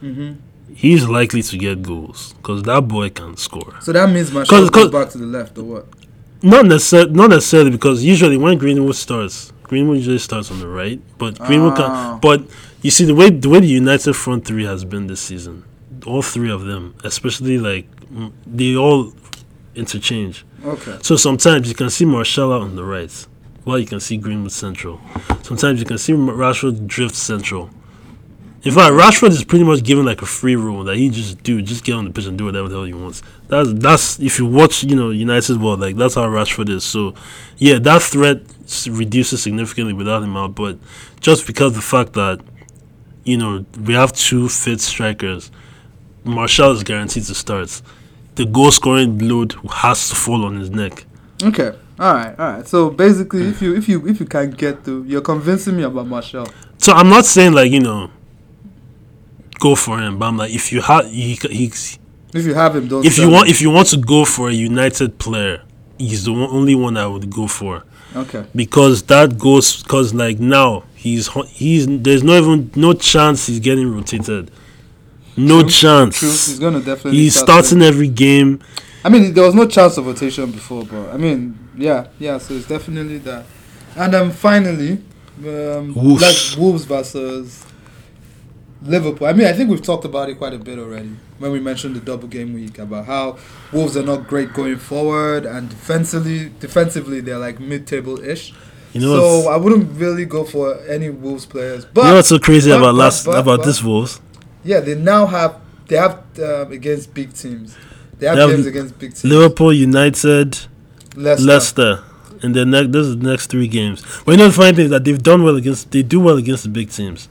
B: Mhm.
A: he's likely to get goals because that boy can score.
B: So that means Marshall
A: cause-
B: goes back to the left or what?
A: Not necessar- not necessarily because usually when Greenwood starts, Greenwood usually starts on the right, but Greenwood
B: Ah.
A: can. But you see the way the way the United front three has been this season, all three of them, especially like mm, they all interchange.
B: Okay.
A: So sometimes you can see Marshall out on the right, while you can see Greenwood central. Sometimes you can see M- Rashford drift central. In fact, Rashford is pretty much given like a free room that he just do, just get on the pitch and do whatever the hell he wants. That's that's if you watch, you know, United World, like that's how Rashford is. So, yeah, that threat s- reduces significantly without him out. But just because the fact that, you know, we have two fit strikers, Marshall is guaranteed to start. The goal scoring load has to fall on his neck.
B: Okay. All right. All right. So basically, if you if you if you can't get through, you're convincing me about Marshall.
A: So I'm not saying like you know, go for him, but I'm like if you have he, he
B: If you have him, don't.
A: if you
B: sell
A: want
B: him.
A: if you want to go for a United player, he's the one, only one I would go for
B: Okay.
A: because that goes because like now he's ho- he's there's not even no chance he's getting rotated, no
B: True,
A: chance.
B: True, he's gonna definitely.
A: He's
B: start
A: starting every game.
B: playing. I mean, there was no chance of rotation before, but I mean, yeah, yeah. So it's definitely that. And um, finally, um,
A: Wolves.
B: like Wolves versus Liverpool. I mean, I think we've talked about it quite a bit already when we mentioned the double game week about how Wolves are not great going forward and defensively. Defensively, they're like mid-table ish.
A: You know
B: so
A: what's,
B: I wouldn't really go for any Wolves players. But
A: you know what's so crazy
B: but-
A: about
B: but-
A: last
B: but-
A: about
B: but-
A: this Wolves?
B: Yeah, they now have they have um, against big teams. They have
A: They have
B: games against big teams.
A: Liverpool, United,
B: Leicester.
A: Leicester. And their next, this is the next three games. But you know the funny thing is that they've done well against, they do well against the big teams.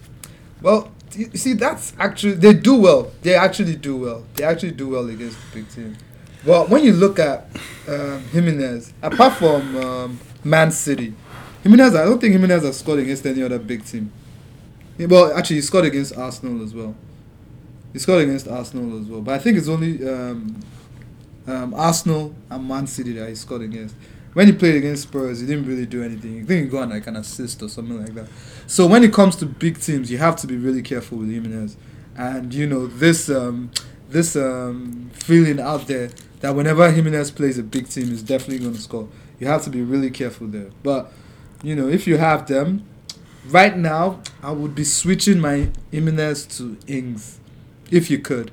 B: Well, you you see, that's actually they do well. They actually do well. They actually do well against the big team. Well, when you look at um, Jimenez, apart from um, Man City, Jimenez, I don't think Jimenez has scored against any other big team. Yeah, Well, actually, he scored against Arsenal as well. He scored against Arsenal as well, but I think it's only um, um, Arsenal and Man City that he scored against. When he played against Spurs, he didn't really do anything. I think he got like an assist or something like that. So when it comes to big teams, you have to be really careful with Jimenez. And you know this um, this um, feeling out there that whenever Jimenez plays a big team, he's definitely going to score. You have to be really careful there. But you know if you have them, right now I would be switching my Jimenez to Ings, if you could.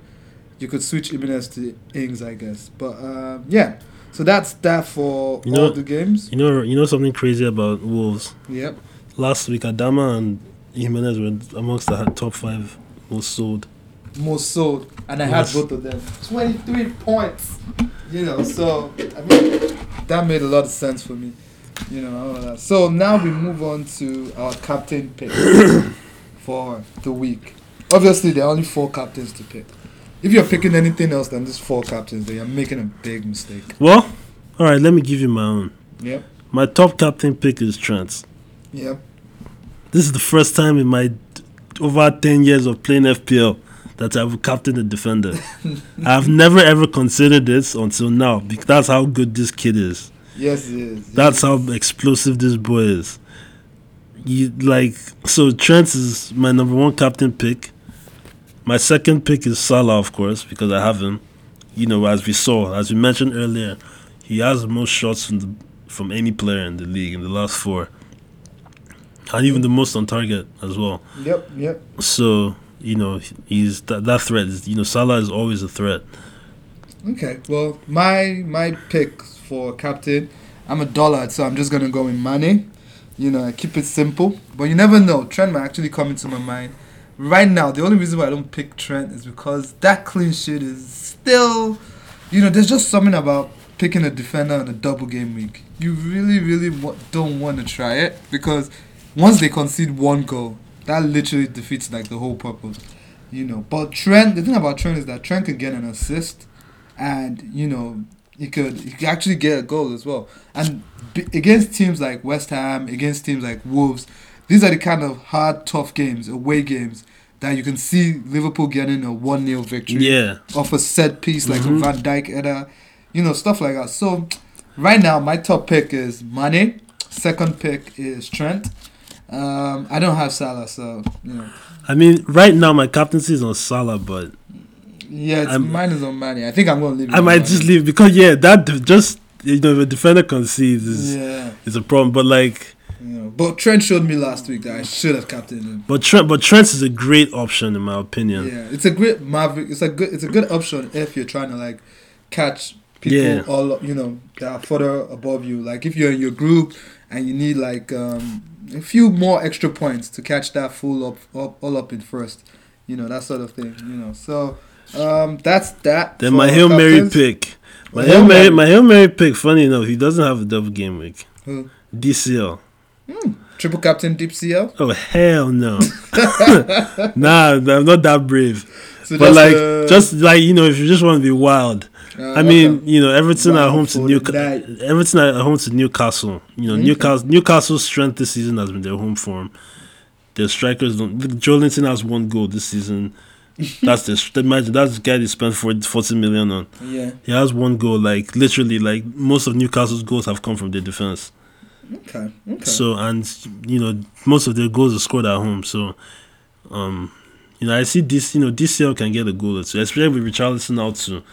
B: You could switch Jimenez to Ings, I guess. But um, yeah, so that's that for
A: You
B: all
A: know-
B: the games.
A: You know, you know something crazy about Wolves.
B: Yep.
A: Last week, Adama and Jimenez were amongst the top five most sold.
B: most sold, and I
A: Yes.
B: had both of them. 23 points. You know, so I mean, that made a lot of sense for me. You know, all of that. so now we move on to our captain pick for the week. Obviously, there are only four captains to pick. If you're picking anything else than these four captains, then you're making a big mistake.
A: Well, all right, let me give you my own.
B: Yep.
A: My top captain pick is Trent.
B: Yep.
A: This is the first time in my over 10 years of playing FPL that I've captained a defender. I've never ever considered this until now because that's how good this kid is.
B: Yes, it is.
A: That's how explosive this boy is. You like so Trent is my number one captain pick. My second pick is Salah, of course, because I have him. You know, as we saw, as we mentioned earlier, he has the most shots from the, from any player in the league in the last four, and even the most on target as well.
B: Yep, yep.
A: So you know, he's that that threat is you know Salah is always a threat.
B: Okay. Well, my my pick for captain, I'm a dollar, so I'm just gonna go with Mane. You know, I keep it simple, but you never know. Trent might actually come into my mind. Right now, the only reason why I don't pick Trent is because that clean shit is still, you know, there's just something about picking a defender on a double game week. You really, really wa- don't want to try it because once they concede one goal, that literally defeats like the whole purpose, you know. But Trent, the thing about Trent is that Trent could get an assist, and you know he could he could actually get a goal as well. And b- against teams like West Ham, against teams like Wolves, these are the kind of hard, tough games, away games that you can see Liverpool getting a one 0 victory
A: Yeah,
B: off a set piece like
A: Mhm.
B: a Van Dyke header, you know, stuff like that. So right now my top pick is Mane, second pick is Trent. Um, I don't have Salah, so you know.
A: I mean, right now my captaincy is on Salah, but
B: Yeah, it's,
A: I'm-
B: mine is on Mane. I think I'm gonna leave. it
A: I
B: on
A: might
B: Mane.
A: just leave because yeah, that de- just you know if a defender concedes is
B: Yeah,
A: is a problem. But like,
B: you know. but Trent showed me last week that I should have captained him.
A: but Trent, but Trent is a great option in my opinion.
B: Yeah, it's a great maverick. It's a good. It's a good option if you're trying to like catch people
A: Yeah.
B: all you know that are further above you. Like if you're in your group and you need like um, a few more extra points to catch that full up, up all up in first, you know that sort of thing. You know, so um, that's that.
A: Then
B: for
A: my Hail Mary
B: captains.
A: pick. My
B: Hail
A: Hail Mary,
B: Mary.
A: my Hail Mary pick. Funny enough, he doesn't have a double game week.
B: Who?
A: DCL.
B: triple captain Deep CL.
A: Oh hell no. nah, I'm not that brave.
B: So
A: but like,
B: uh,
A: just like you know, if you just want to be wild,
B: uh,
A: I mean, you know, Everton
B: Wild
A: at home to
B: for
A: Newcastle.
B: that.
A: Everton at home to Newcastle. You know,
B: Okay.
A: Newcastle. Newcastle's strength this season has been their home form. Their strikers don't. Jolinton has one goal this season. That's the imagine that's the guy they spent 40, 40 million on.
B: okay. yeah.
A: He has one goal. Like literally, like most of Newcastle's goals have come from their defense.
B: Okay. Okay.
A: So and you know most of their goals are scored at home. So, um, you know I see this. You know DCL can get a goal or two, especially with Richarlison out too.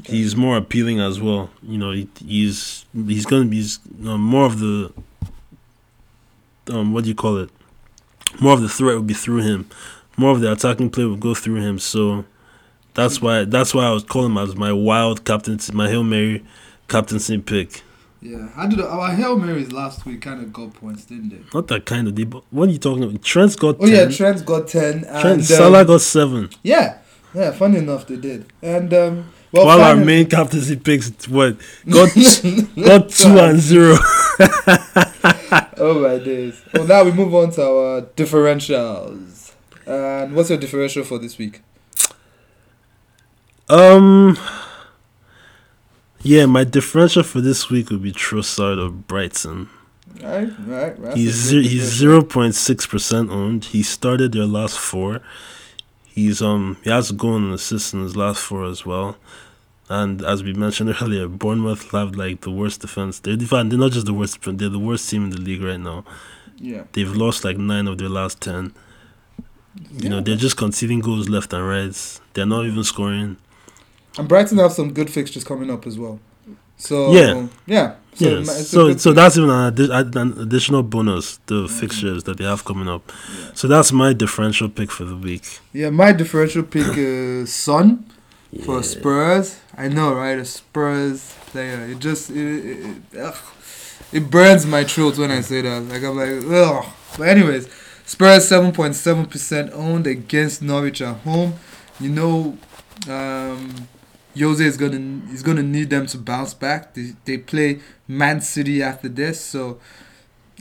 B: Okay.
A: He's more appealing as well. You know he, he's he's going to be um, more of the um what do you call it? More of the threat would be through him. More of the attacking play would go through him. So that's why that's why I was calling him as my wild captain, my hail mary captaincy pick.
B: yeah, I did. Our hail marys last week kind of got points, didn't they?
A: Not that kind of. They, but what are you talking about? Trent's got
B: Oh
A: 10.
B: yeah, Trent got ten. And,
A: Trent
B: um,
A: Salah got seven.
B: Yeah, yeah. Funny enough, they did. And um, well,
A: while our
B: finally-
A: main captaincy picks what got got two and zero.
B: oh my days. Well, now we move on to our differentials. And what's your differential for this week?
A: Um, yeah, my differential for this week would be Trossard of Brighton.
B: Right, right, right.
A: He's ze- he's zero point six percent owned. He started their last four. He's um he has a goal and an assist in his last four as well. And as we mentioned earlier, Bournemouth have like the worst defense. They're defi- they're not just the worst, defense, they're the worst team in the league right now.
B: Yeah.
A: They've lost like nine of their last ten. You know,
B: Yeah.
A: they're just conceding goals left and right. They're not even scoring.
B: And Brighton have some good fixtures coming up as well. So
A: Yeah.
B: yeah. So
A: So,
B: ma- it's a
A: so,
B: good-
A: so that's even an, addi- ad- an additional bonus, the fixtures that they have coming up.
B: Yeah.
A: So that's my differential pick for the week.
B: yeah, my differential pick is Son. for
A: Yeah.
B: Spurs. I know, right? A Spurs player. It just it, it, it, ugh. it burns my throat when I say that. Like I'm like ugh. But anyways, Spurs seven point seven percent owned against Norwich at home. You know, um, Jose is gonna is gonna need them to bounce back. They, they play Man City after this, so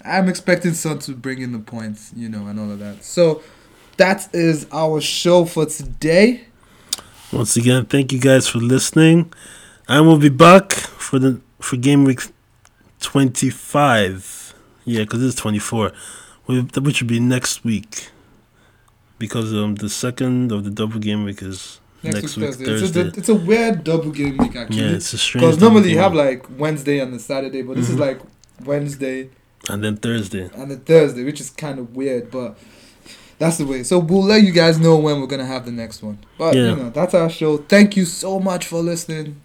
B: I'm expecting Son to bring in the points. You know, and all of that. So. That is our show for today.
A: Once again, thank you guys for listening. And we'll be back for the for game week 25. Yeah, because it's 24. We- Which would be next week. Because um, the second of the double game week is next, week, Thursday.
B: It's, a, it's a weird double game week
A: yeah,
B: actually.
A: it's a strange.
B: Because
A: double
B: normally you
A: game
B: have
A: week.
B: like Wednesday and the Saturday, but this
A: Mhm.
B: is like Wednesday
A: And then Thursday.
B: and the Thursday, which is kind of weird, but that's the way. So we'll let you guys know when we're gonna have the next one. But
A: Yeah.
B: you know, that's our show. Thank you so much for listening.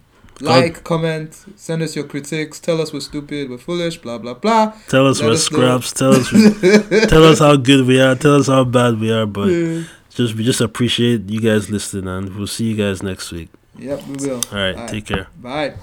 B: Like, comment, send us your critics, tell us we're stupid, we're foolish, blah blah blah.
A: Tell us
B: Let
A: we're
B: us know.
A: scraps. Tell us, tell us how good we are. Tell us how bad we are. But
B: Yeah.
A: Just we just appreciate you guys listening, and we'll see you guys next week.
B: Yep, we will.
A: All right,
B: All right.
A: take care.
B: Bye.